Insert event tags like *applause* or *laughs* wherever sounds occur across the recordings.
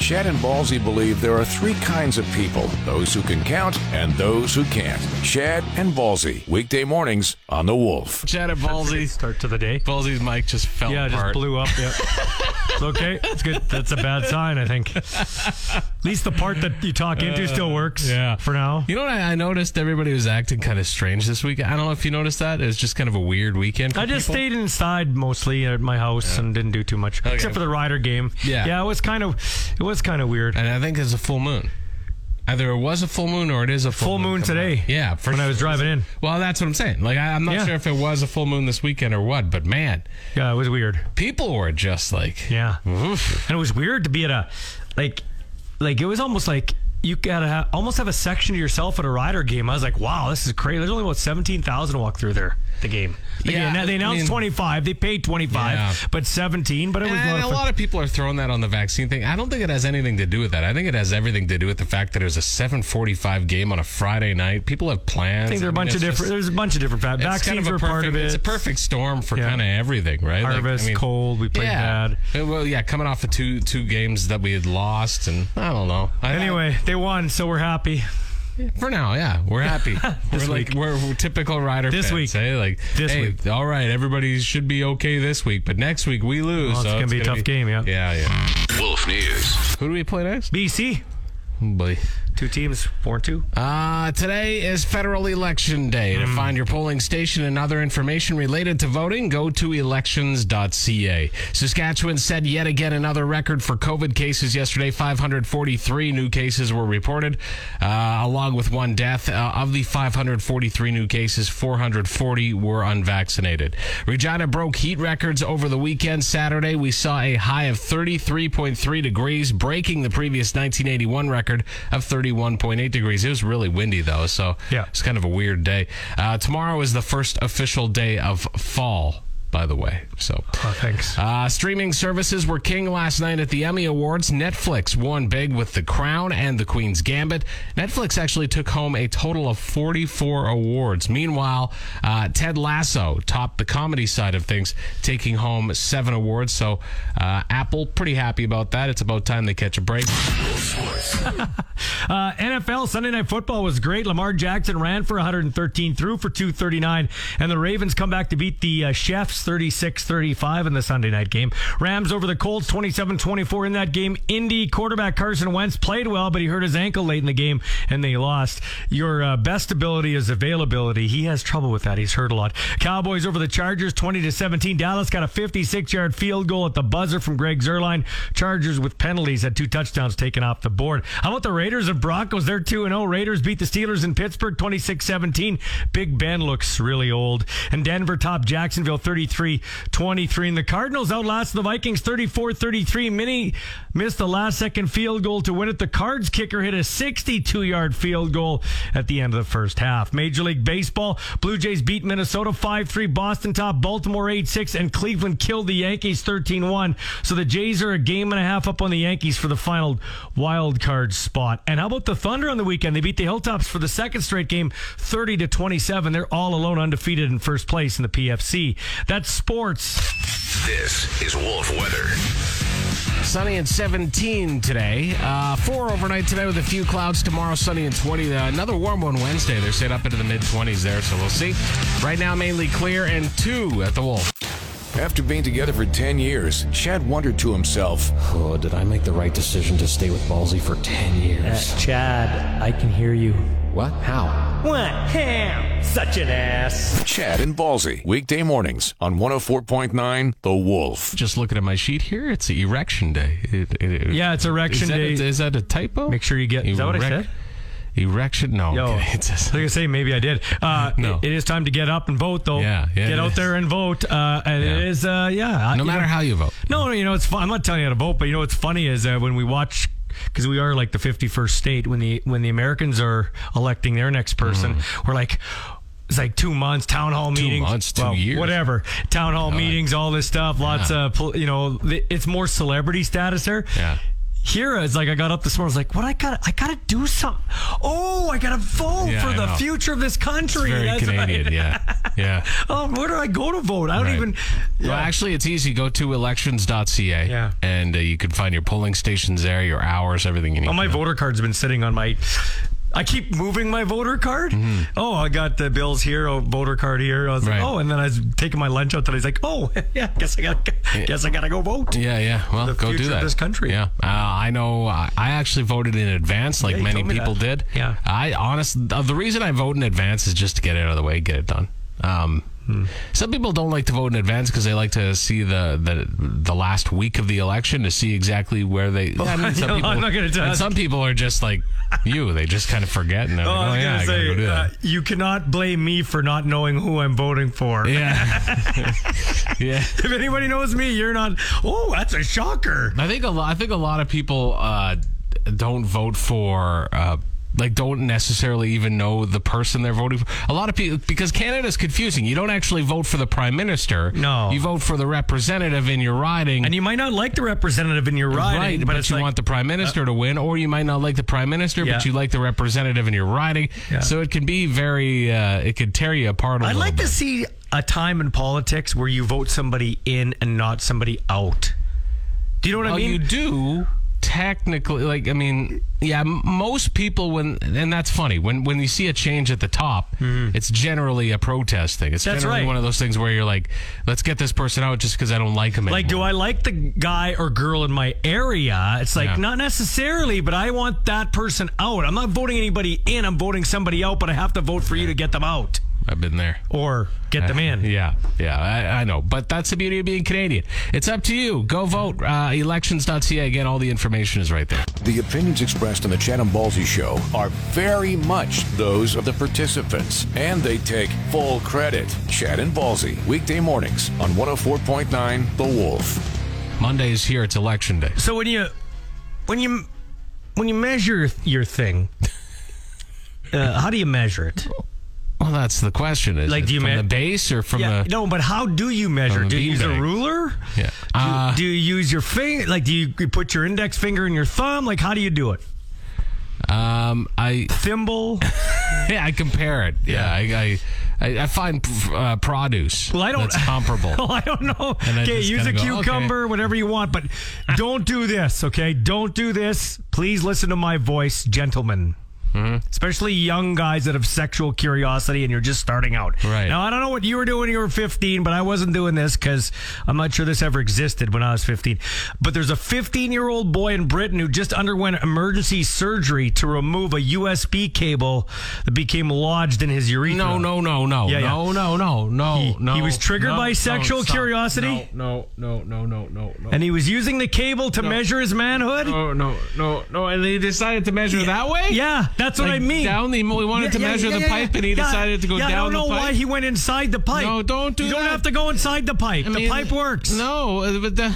Shed and Ballsy believe there are three kinds of people those who can count and those who can't. Shed and Ballsy, weekday mornings on The Wolf. Chad at Great Ballsy. start to the day. Ballsy's mic just fell Yeah, it just apart. blew up. *laughs* Yep. it's okay. It's good. That's a bad sign, I think. At least the part that you talk into still works. Uh, yeah. For now. You know what? I I noticed everybody was acting kind of strange this week. I don't know if you noticed that. It was just kind of a weird weekend. for I just people. stayed inside mostly at my house and didn't do too much, Okay. except for the Ryder game. Yeah. yeah, it was kind of, it was kind of weird. And I think it's a full moon. Either it was a full moon or it is a full, Full moon coming today. up. Yeah, for when I sure. was driving in, Well, that's what I'm saying. Like, I, I'm not Yeah. sure if it was a full moon this weekend or what, but man, yeah, it was weird. people were just like, Yeah, oof. and it was weird to be at a, like, like it was almost like you gotta ha almost have a section to yourself at a Ryder game. I was like, wow, this is crazy. There's only about seventeen thousand walk through there. The game. Like, Yeah, they, they I announced mean- twenty five. They paid twenty five, Yeah. but seventeen. But it was a lot And of a fun. lot of people are throwing that on the vaccine thing. I don't think it has anything to do with that. I think it has everything to do with the fact that it was a 7:45 game on a Friday night. People have plans. I think there are a mean, bunch of it's different. just- there's a bunch of different fa- it's vaccines kind of a were perfect, part of it. It's a perfect storm for Yeah. kind of everything, right? Like, I harvest, mean, cold. We played yeah. bad. Uh, Well, yeah, coming off of two two games that we had lost, and I don't know. I- Anyway, they won, so we're happy. For now, yeah, we're happy. *laughs* This we're week. like we're, we're typical rider. This fans, week. eh? like This hey, week. All right, everybody should be okay this week, but next week we lose. Well, Oh, it's so gonna be a tough game, yeah. yeah, yeah. Wolf News. Who do we play next? BC, Oh, boy. two teams, four and two. Uh, today is federal election day. To find your polling station and other information related to voting, go to elections.ca. Saskatchewan set yet again another record for COVID cases yesterday. 543 new cases were reported, uh, along with one death. Uh, of the 543 new cases, 440 were unvaccinated. Regina broke heat records over the weekend. Saturday, we saw a high of 33.3 degrees, breaking the previous 1981 record of 31.8 degrees. It was really windy, though, so Yeah. it's kind of a weird day. Uh, tomorrow is the first official day of fall, by the way. So. Oh, thanks. Uh, streaming services were king last night at the Emmy Awards. Netflix won big with The Crown and The Queen's Gambit. Netflix actually took home a total of 44 awards. Meanwhile, uh, Ted Lasso topped the comedy side of things, taking home seven awards. So, uh, Apple, pretty happy about that. It's about time they catch a break. Uh, NFL Sunday Night Football was great. Lamar Jackson ran for 113, threw for 239, and the Ravens come back to beat the uh, Chefs 36-35 in the Sunday Night game. Rams over the Colts 27-24 in that game. Indy quarterback Carson Wentz played well, but he hurt his ankle late in the game, and they lost. Your uh, best ability is availability. He has trouble with that. He's hurt a lot. Cowboys over the Chargers 20 to 17. Dallas got a 56-yard field goal at the buzzer from Greg Zerline. Chargers with penalties had two touchdowns taken off the board. How about the Raiders and Broncos? They're 2 0. Raiders beat the Steelers in Pittsburgh 26 17. Big Ben looks really old. And Denver topped Jacksonville 33 23. And the Cardinals outlasted the Vikings 34 33. Mini missed the last second field goal to win it. The Cards kicker hit a 62 yard field goal at the end of the first half. Major League Baseball, Blue Jays beat Minnesota 5 3. Boston top Baltimore 8 6. And Cleveland killed the Yankees 13 1. So the Jays are a game and a half up on the Yankees for the final wild card spot. And how about the Thunder on the weekend? They beat the Hilltops for the second straight game 30 to 27. They're all alone undefeated in first place in the PFC. That's sports. This is Wolf Weather. Sunny and 17 today. Uh, four overnight today with a few clouds. Tomorrow, sunny and 20. Uh, another warm one Wednesday. They're set up into the mid 20s there, so we'll see. Right now, mainly clear and two at the Wolf. After being together for 10 years, Chad wondered to himself, Oh, did I make the right decision to stay with Ballsy for 10 Uh, years? Chad, I can hear you. What? How? What? Ham! Such an ass. Chad and Ballsy, weekday mornings on 104.9 The Wolf. Just looking at my sheet here, it's erection day. It- it- it- Yeah, it's erection is that day. A, is that a typo? Make sure you get- is that what I said? Erection? No. Yo, okay, *laughs* like It's just, I say, maybe I did. Uh, *laughs* No. it is time to get up and vote, though. Yeah, yeah, get it out is. there and vote. Uh, and it Yeah. is, uh, *laughs* yeah. no matter how you vote. No, no, you know it's. Fun. I'm not telling you how to vote, but you know what's funny is uh, when we watch because we are like the 51st state when the when the Americans are electing their next person, we're like. It's like two months, town hall meetings, months, Mm. two years. whatever. Town hall meetings, all this stuff. Lots of, pol- you know, th- it's more celebrity status there. Yeah. here it's like I got up this morning. I was like, "What? I got? I got to do something. Oh, I got to vote Yeah, for I the know. future of this country." Very That's Canadian, *laughs* right. yeah, yeah. Oh, where do I go to vote? I don't Right. even. Well, Yeah. actually, it's easy. Go to elections.ca, Yeah. and uh, you can find your polling stations there, your hours, everything you need. Oh, my to know. voter card's been sitting on my. I keep moving my voter card. Oh, I got the bills here. Oh, voter card here. I was Mm-hmm. Right. like, oh, and then I was taking my lunch out today. He's like, oh, *laughs* yeah, guess I got, to guess I gotta go vote. Yeah, yeah. Well, The go future do of that. this country. Yeah, uh, I know. I I actually voted in advance, like you many told me people that. did. Yeah. I honestly, the reason I vote in advance is just to get it out of the way, get it done. Um, Hmm. Some people don't like to vote in advance because they like to see the, the the last week of the election to see exactly where they. I *laughs* mean, some Oh, I'm people, not gonna and judge. some people are just like you; they just kind of forget and they're Oh, like, "Oh yeah, I I was gotta go gonna do say, that." uh, you cannot blame me for not knowing who I'm voting for. yeah, *laughs* yeah. *laughs* If anybody knows me, you're not. Oh, that's a shocker. I think a lot. I think a lot of people uh, don't vote for. Uh, like don't necessarily even know the person they're voting for. A lot of people because Canada's confusing. You don't actually vote for the prime minister. No. you vote for the representative in your riding. And you might not like the representative in your riding, Right, but, but, it's you like, uh, want the prime minister to win, or you might not like the prime minister, Yeah. but you like the representative in your riding. Yeah. So it can be very, uh, it could tear you apart a I'd little like bit. to see a time in politics where you vote somebody in and not somebody out. Do you know what I Well, mean? Oh, you do technically. Like, I mean, yeah, m- most people when and that's funny when when you see a change at the top, it's generally a protest thing. It's Mm-hmm. That's generally right. one of those things where you're like, let's get this person out just because I don't like him Like, do anymore. I like the guy or girl in my area? It's like, Yeah. not necessarily, but I want that person out. I'm not voting anybody in, I'm voting somebody out, but I have to vote for you to get them out I've been there. or get them in. *laughs* Yeah, yeah, I, I know. But that's the beauty of being Canadian. It's up to you. Go vote. Uh, elections.ca. Again, all the information is right there. The opinions expressed in the Chatham Ballsy Show are very much those of the participants, and they take full credit. Chad and Ballsy, weekday mornings on 104.9 The Wolf. Monday is here. It's election day. So when you when you when you measure your thing, *laughs* uh, how do you measure it? Well, that's the question. Is Like, it do you from ma- the base or from Yeah, the? no, but how do you measure? From the Do you use a beanbag. ruler? Yeah. Do, Uh, do you use your finger? Like, do you, you put your index finger in your thumb? Like, how do you do it? Um, I Thimble. Yeah, I compare it. Yeah, I I, I, I find uh, produce Well, I don't. that's *laughs* comparable. Well, Oh, I don't know. And I Okay, just use a kinda go, cucumber, whatever you want, but don't do this. Okay, don't do this. Please listen to my voice, gentlemen. Mm-hmm. Especially young guys that have sexual curiosity and you're just starting out. Right. Now, I don't know what you were doing when you were 15, but I wasn't doing this because I'm not sure this ever existed when I was 15. But there's a 15 year old boy in Britain who just underwent emergency surgery to remove a USB cable that became lodged in his urethra. no, no, no, no, Yeah, yeah. no, no, no, no, He- no. he was triggered no, by no, sexual stop. curiosity? No, no, no, no, no, no, And he was using the cable to measure his manhood? no, no, no, no. And they decided to measure that way. Yeah, that's what Like, I mean. Down the we wanted Yeah, to yeah, measure yeah, the yeah, pipe, and he yeah. decided to go Yeah, down I don't know the pipe. why he went inside the pipe. No, don't do You don't that. have to go inside the pipe. I the mean, pipe works. No, uh, but the,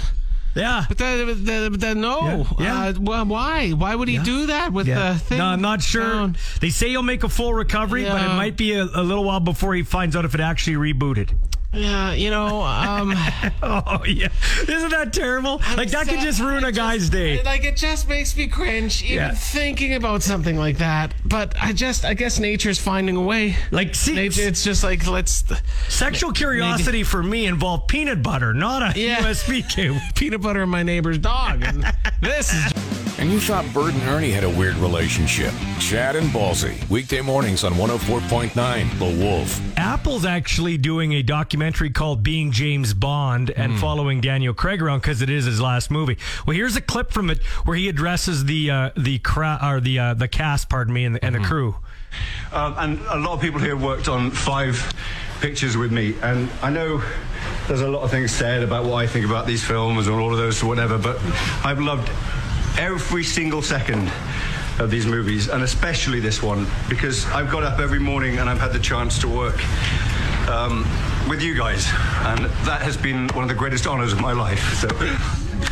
Yeah. but that, but that, but that no. Yeah, yeah. Uh, well, why? Why would he do that with Yeah. the thing? No, I'm not sure. down? They say he'll make a full recovery, but it Yeah. might be a, a little while before he finds out if it actually rebooted. *laughs* Yeah, you know. Um, Oh yeah, isn't that terrible? like that could So- just ruin I a guy's just- day. Like it just makes me cringe even Yeah. thinking about something like that. But I just, I guess nature's finding a way. Like see, Nature, it's just like let's sexual curiosity for me involved peanut butter, not a Yeah. USB *laughs* cable. peanut butter in my neighbor's dog. *laughs* And this is And you thought Bird and Ernie had a weird relationship. Chad and Ballsy, weekday mornings on 104.9 The Wolf. Apple's actually doing a documentary called Being James Bond and following Daniel Craig around because it is his last movie. Well, here's a clip from it where he addresses the uh, the cra- or the uh, the cast, pardon me, and the, and the crew. Um, and a lot of people here worked on five pictures with me. And I know there's a lot of things said about what I think about these films and all of those, whatever, but I've loved every single second of these movies, and especially this one, because I've got up every morning and I've had the chance to work um, with you guys. And that has been one of the greatest honors of my life. So.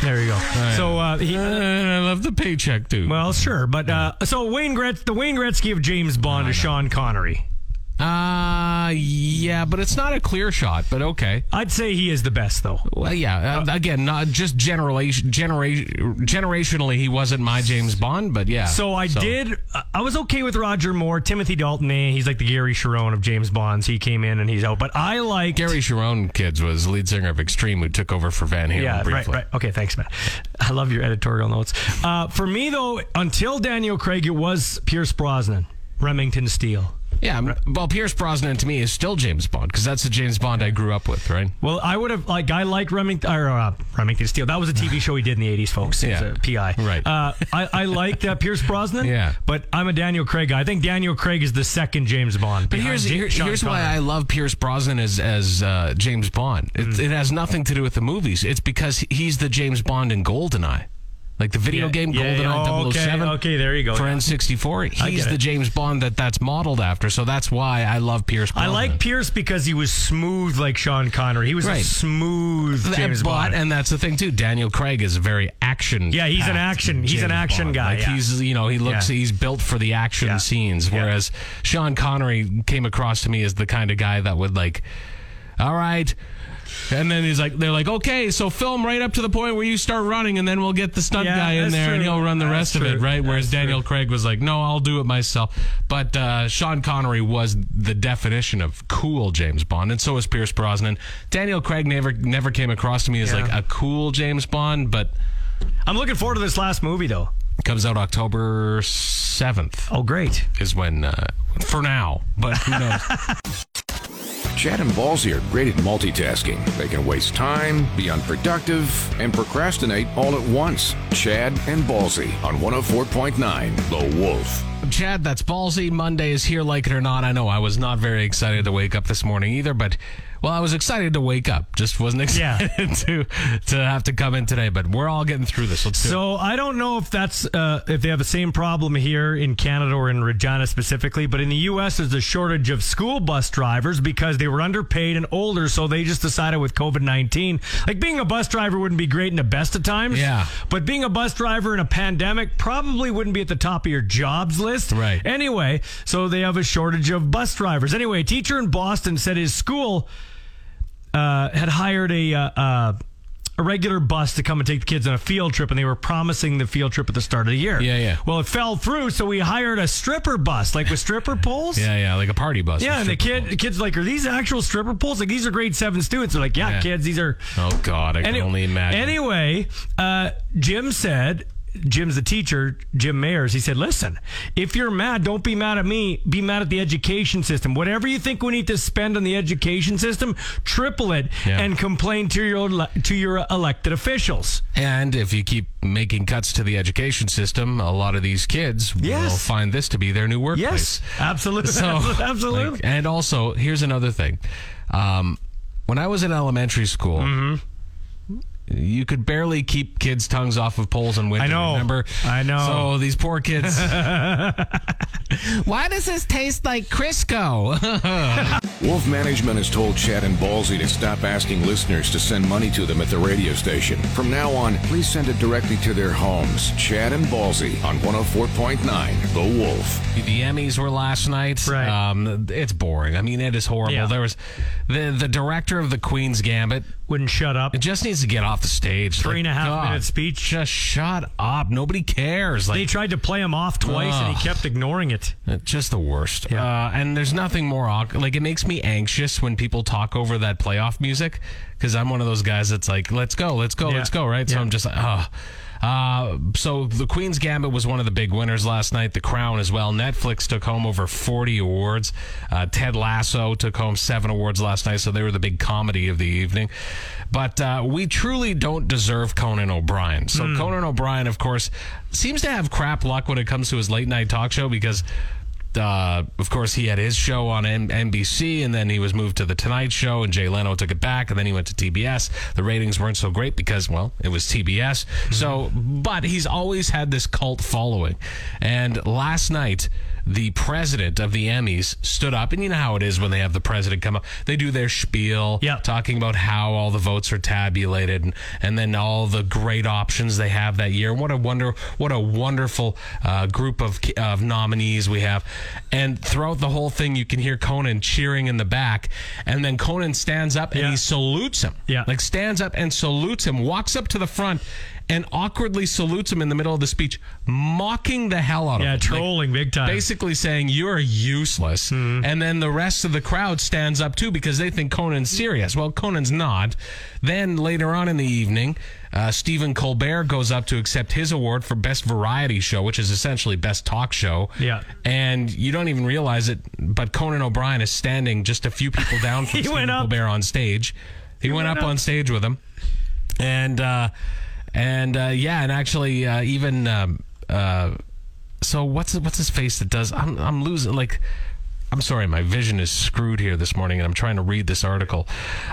There you go. So uh, he. I love the paycheck, dude. well, sure, but uh, so Wayne Gret- the Wayne Gretzky of James Bond is Sean Connery. Uh, yeah, but it's not a clear shot. But okay. I'd say he is the best, though. Well, yeah. Uh, again, not just generation, generation, generationally, he wasn't my James Bond, but yeah. So I did. I- I was okay with Roger Moore, Timothy Dalton. eh, He's like the Gary Sharon of James Bonds. He came in and he's out. But I like Gary Sharon kids was lead singer of Extreme, who took over for Van Halen Yeah, right, briefly. right. Okay, thanks, Matt. *laughs* I love your editorial notes. Uh, for me, though, until Daniel Craig, it was Pierce Brosnan, Remington Steele. Yeah, m- well, Pierce Brosnan to me is still James Bond because that's the James Bond I grew up with, right? Well, I would have like I liked Remington or uh, Remington Steele. That was a TV show he did in the '80s, folks. It was Yeah. a PI. Right. Uh, I, I liked uh, Pierce Brosnan. Yeah. But I'm a Daniel Craig guy. I think Daniel Craig is the second James Bond. But behind here's Ja- here- Sean here's why Connery. I love Pierce Brosnan as as uh, James Bond. Mm. It, it has nothing to do with the movies. It's because he's the James Bond in Goldeneye, like the video Yeah, game yeah, Goldeneye yeah. Oh, okay, 007. okay, there you go, For yeah. N64, I he's get the it. James Bond that that's modeled after. So that's why I love Pierce. I Brosnan. like Pierce because he was smooth like Sean Connery. He was a Right. smooth Th- James but, Bond. and that's the thing too. Daniel Craig is a very action. Yeah, he's an packed action- he's an James action Bond. guy, Like yeah. he's you know he looks Yeah. he's built for the action Yeah. scenes. Yeah. Whereas Sean Connery came across to me as the kind of guy that would like, all right. And then he's like, they're like, okay, so film right up to the point where you start running, and then we'll get the stunt Yeah, guy in that's there, and true. he'll run the That's rest of it, true. right? Whereas That's Daniel Craig was like, no, I'll do it myself. But uh, Sean Connery was the definition of cool James Bond, and so was Pierce Brosnan. Daniel Craig never never came across to me as Yeah. like a cool James Bond, but I'm looking forward to this last movie though. comes out October seventh Oh, great. is when uh, for now, but who *laughs* knows. Chad and Ballsy are great at multitasking. They can waste time, be unproductive, and procrastinate all at once. Chad and Ballsy on 104.9 The Wolf. Chad, that's ballsy. Monday is here, like it or not. I know I was not very excited to wake up this morning either, but well, I was excited to wake up. Just wasn't Yeah. *laughs* excited to to have to come in today. But we're all getting through this. Let's do it. So I don't know if that's uh, if they have the same problem here in Canada or in Regina specifically, but in the U.S. there's a shortage of school bus drivers because they were underpaid and older, so they just decided with COVID nineteen, like being a bus driver wouldn't be great in the best of times, Yeah. but being a bus driver in a pandemic probably wouldn't be at the top of your jobs list, Right. Anyway, so they have a shortage of bus drivers. Anyway, a teacher in Boston said his school uh, had hired a. Uh, uh, a regular bus to come and take the kids on a field trip, and they were promising the field trip at the start of the year. Yeah, yeah. Well, it fell through, so we hired a stripper bus, like with stripper poles. Yeah, yeah, like a party bus. Yeah, and the kid, the kids like, are these actual stripper poles? Like these are grade seven students. They're like, yeah, Yeah. kids, these are. Oh God, I can Any- only imagine. Anyway, uh, Jim said, Jim's the teacher, Jim Mayers. He said, listen, if you're mad, don't be mad at me. Be mad at the education system. Whatever you think we need to spend on the education system, triple it Yeah. and complain to your ele- to your elected officials. and if you keep making cuts to the education system, a lot of these kids will Yes. find this to be their new workplace. Yes, absolutely, So, *laughs* absolutely. like, and also, here's another thing. Um, when I was in elementary school, Mm-hmm. you could barely keep kids' tongues off of poles in winter. I know. Remember? I know. So these poor *laughs* kids. *laughs* Why does this taste like Crisco? Wolf Management has told Chad and Ballsy to stop asking listeners to send money to them at the radio station. From now on, please send it directly to their homes. Chad and Ballsy on 104.9 The Wolf. the Emmys were last night. Right. Um, it's boring. I mean, it is horrible. Yeah. There was the the director of the Queen's Gambit Wouldn't shut up. It just needs to get off the stage. Three and a half God, minute speech. Just shut up. Nobody cares. They Like tried to play him off twice, and Ugh. he kept ignoring it. just the worst. Yeah. Uh, and there's nothing more awkward. Like it makes me anxious when people talk over that playoff music because I'm one of those guys that's like, let's go, let's go, Yeah. let's go, right? So Yeah. I'm just like, oh. Uh, so the Queen's Gambit was one of the big winners last night. The Crown as well. Netflix took home over 40 awards. Uh, Ted Lasso took home seven awards last night, so they were the big comedy of the evening. But uh, we truly don't deserve Conan O'Brien. So Conan O'Brien, of course, seems to have crap luck when it comes to his late night talk show because uh, of course, he had his show on M- NBC, and then he was moved to the Tonight Show, and Jay Leno took it back, and then he went to TBS. The ratings weren't so great because, well, it was TBS. So, but he's always had this cult following, and last night the president of the Emmys stood up, and you know how it is when they have the president come up. They do their spiel, Yeah. talking about how all the votes are tabulated, and, and then all the great options they have that year. What a wonder! What a wonderful uh, group of ki- of nominees we have. And throughout the whole thing, you can hear Conan cheering in the back, and then Conan stands up and Yeah. he salutes him. Yeah. like stands up and salutes him, walks up to the front. And awkwardly salutes him in the middle of the speech, mocking the hell out Yeah, of him. Like, trolling big time. Hmm. basically saying you're useless and then the rest of the crowd stands up too because they think conan's serious well conan's not then later on in the evening uh, stephen colbert goes up to accept his award for best variety show which is essentially best talk show Yeah. and you don't even realize it but conan o'brien is standing just a few people down from *laughs* He stephen went up. colbert on stage he, went, went up, up. on stage with him and uh and uh yeah and actually uh even um uh so what's what's his face that does I'm I'm losing like I'm sorry, my vision is screwed here this morning, and I'm trying to read this article.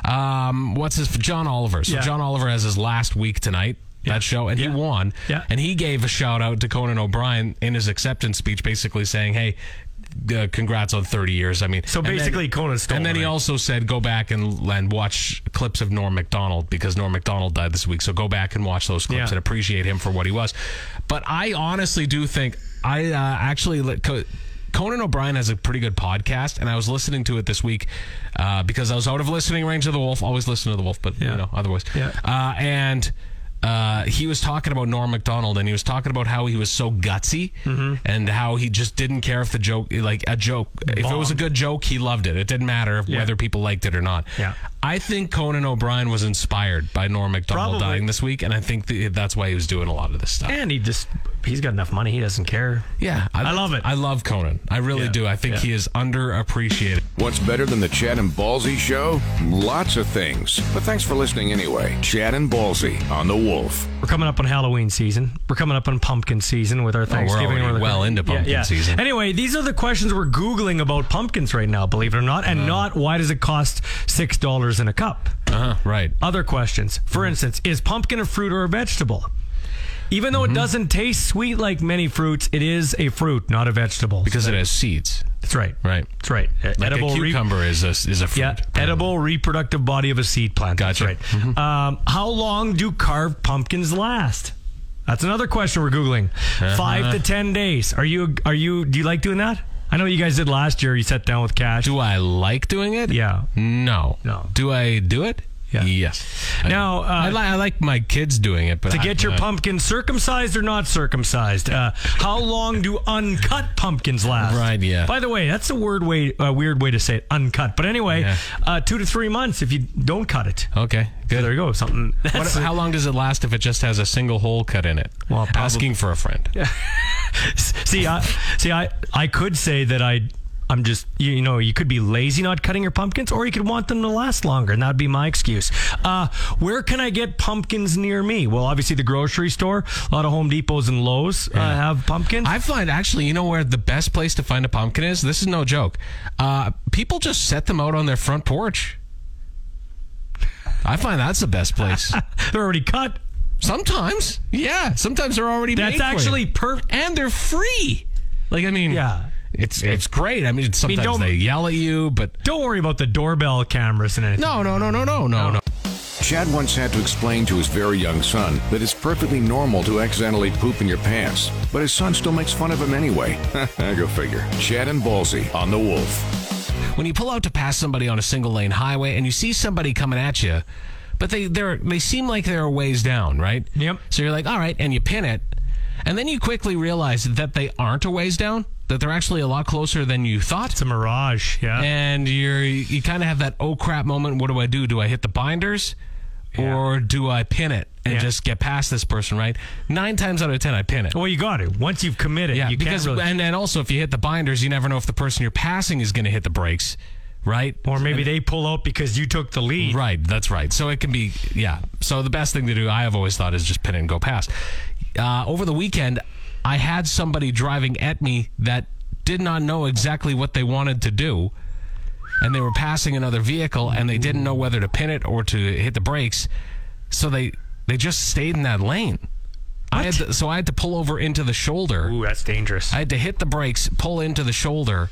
Um, what's his John Oliver? So Yeah. John Oliver has his last week tonight. That show, and Yeah. he won. Yeah. And he gave a shout out to Conan O'Brien in his acceptance speech, basically saying, "Hey, uh, congrats on 30 years." I mean, So and then- basically Conan stole And then it, he right? also said, "Go back and and watch clips of Norm Macdonald because Norm Macdonald died this week. So go back and watch those clips Yeah. and appreciate him for what he was." But I honestly do think I uh, actually let Co- Conan O'Brien has a pretty good podcast, and I was listening to it this week uh, because I was out of listening range of the wolf. Always listen to the wolf, but Yeah. you know otherwise. Yeah. Uh, and uh, he was talking about Norm Macdonald, and he was talking about how he was so gutsy, Mm-hmm. and how he just didn't care if the joke, like a joke, if it was a good joke, he loved it. It didn't matter if, Yeah. whether people liked it or not. Yeah. I think Conan O'Brien was inspired by Norm Macdonald Probably. dying this week, and I think th- that's why he was doing a lot of this stuff. And he just, he's got enough money. He doesn't care. yeah, I love it. I love Conan. I really Yeah. do. I think Yeah. he is underappreciated. What's better than the Chad and Ballsy show? Lots of things. But thanks for listening anyway. Chad and Ballsy on The Wolf. We're coming up on Halloween season. We're coming up on pumpkin season with our Thanksgiving. Oh, already or the- well into pumpkin season. Anyway, these are the questions we're Googling about pumpkins right now, believe it or not, and not why does it cost $6 in a cup? Uh-huh, *laughs* right. Other questions. For instance, is pumpkin a fruit or a vegetable? Mm-hmm. Even though it doesn't taste sweet like many fruits, it is a fruit, not a vegetable. Because it has seeds, That's right. right? That's right. Like a Uh, re- cucumber is a is a fruit. yeah, edible reproductive body of a seed plant. Gotcha. Mm-hmm. That's right. Um, how long do carved pumpkins last? That's another question we're googling. Uh-huh. Five to ten days. Are you? Are you? Do you like doing that? I know you guys did last year. You sat down with cash. Do I like doing it? yeah. No. No. Do I do it? Yeah. Yes. I Now, do. uh, I, li- I like my kids doing it, but To I- get your uh, pumpkin circumcised or not circumcised. Uh, how long do uncut pumpkins last? Right, yeah. By the way, that's a weird way, a weird way to say it, uncut. But anyway, Yeah. uh, two to three months if you don't cut it. Okay, So good. there you go. Something. What, That's how long does it last if it just has a single hole cut in it? Well, probably- asking for a friend. *laughs* see, I, see, I, I could say that I, I'm just, you, you know, you could be lazy not cutting your pumpkins, or you could want them to last longer, and that'd be my excuse. Uh, where can I get pumpkins near me? Well, obviously the grocery store. A lot of Home Depots and Lowe's uh, have pumpkins. I find actually, you know where the best place to find a pumpkin is? This is no joke. Uh, people just set them out on their front porch. I find that's the best *laughs* place. They're already cut. sometimes, yeah. Sometimes they're already made That's for you. actually perfect. and they're free. Like I mean, Yeah. it's it's great. I mean, it's sometimes don't- they yell at you, but Don't worry about the doorbell cameras and anything. no, no, no, no, no, no, no. Chad once had to explain to his very young son that it's perfectly normal to accidentally poop in your pants, but his son still makes fun of him anyway. *laughs* Go figure. Chad and Ballsy on The Wolf. When you pull out to pass somebody on a single lane highway and you see somebody coming at you, but they they're they seem like they're a ways down, right? Yep. So you're like, all right, and you pin it, and then you quickly realize that they aren't a ways down, that they're actually a lot closer than you thought. It's a mirage. Yeah. And you're you kind of have that oh crap moment. What do I do? Do I hit the binders, or do I pin it and Yeah. just get past this person? Right? Nine times out of ten, I pin it. well, you got it. Once you've committed, Yeah, you because can't really. and then also if you hit the binders, you never know if the person you're passing is going to hit the brakes, right? Or maybe they pull out because you took the lead. Right, that's right. So it can be, yeah. So the best thing to do, I have always thought, is just pin it and go past. Uh, over the weekend, I had somebody driving at me that did not know exactly what they wanted to do, and they were passing another vehicle, and they didn't know whether to pin it or to hit the brakes, so they they just stayed in that lane. I had to, so I had to pull over into the shoulder. Ooh, that's dangerous. I had to hit the brakes, pull into the shoulder,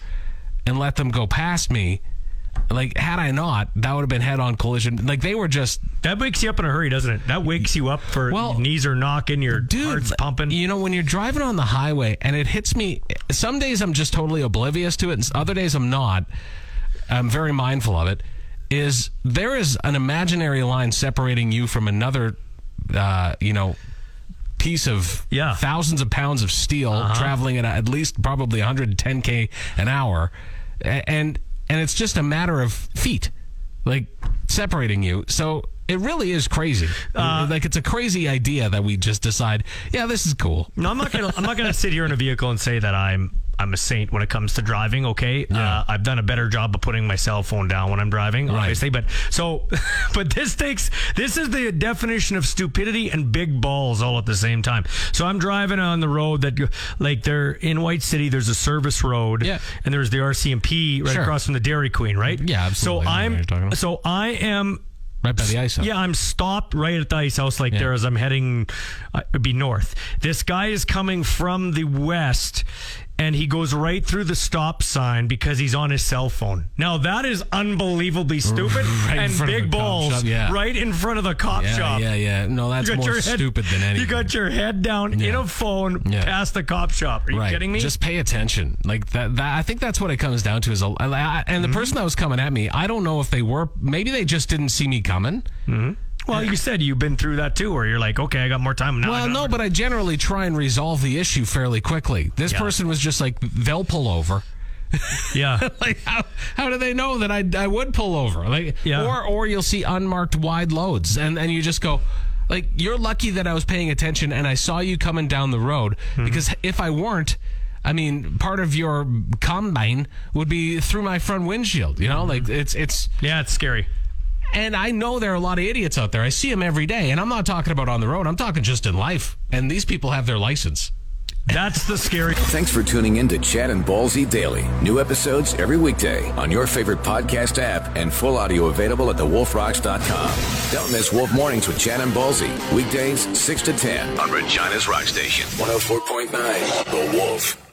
and let them go past me. Like, had I not, that would have been head on collision. Like, they were just, that wakes you up in a hurry, doesn't it? That wakes you up for Well, your knees are knocking, your dude. heart's th- pumping. You know, when you're driving on the highway and it hits me, some days I'm just totally oblivious to it, and s- other days I'm not. I'm very mindful of it. Is there is an imaginary line separating you from another, uh, you know, piece of Yeah. Uh-huh. thousands of pounds of steel traveling at at least probably 110k an hour, A- and and it's just a matter of feet, like separating you. So it really is crazy. Uh, like it's a crazy idea that we just decide, yeah, this is cool. No, I'm not gonna. I'm not gonna sit here in a vehicle and say that I'm I'm a saint when it comes to driving. Okay, uh, I've done a better job of putting my cell phone down when I'm driving, obviously. But so, *laughs* but this takes this is the definition of stupidity and big balls all at the same time. So I'm driving on the road that you- like they're in White City. There's a service road, Yeah. and there's the RCMP right Sure. across from the Dairy Queen, right? Yeah, absolutely. So I know what you're talking I'm about. so I am Right by the ice. house. yeah, I'm stopped right at the ice house, like there as I'm heading, uh, it'd be north. This guy is coming from the west, and he goes right through the stop sign because he's on his cell phone. Now that is unbelievably stupid in and front of the big cop balls, shop, yeah. right in front of the cop yeah, shop. yeah, yeah. No, that's more head- stupid than anything. You got your head down in Yeah. a phone Yeah. past the cop shop. Are you right. kidding me? Just pay attention. Like that. That I think that's what it comes down to. Is a, I- I- and Mm-hmm. the person that was coming at me, I don't know if they were. Maybe they just didn't see me coming. well, you said you've been through that too, where you're like, okay, I got more time now. I well, got no, more- but I generally try and resolve the issue fairly quickly. This Yeah. person was just like, they'll pull *laughs* over. *laughs* yeah. Like how, how do they know that I, I would pull over? Like Yeah. or or you'll see unmarked wide loads and and you just go like you're lucky that I was paying attention and I saw you coming down the road Mm-hmm. because if I weren't I mean part of your combine would be through my front windshield, you know? Mm-hmm. Like it's it's Yeah, it's scary. and I know there are a lot of idiots out there. I see them every day and I'm not talking about on the road. I'm talking just in life and these people have their license. That's the scary. Thanks for tuning in to Chad and Ballsy Daily. New episodes every weekday on your favorite podcast app and full audio available at thewolfrocks.com. Don't miss Wolf Mornings with Chad and Ballsy. Weekdays 6 to 10 on Regina's Rock Station. 104.9 The Wolf.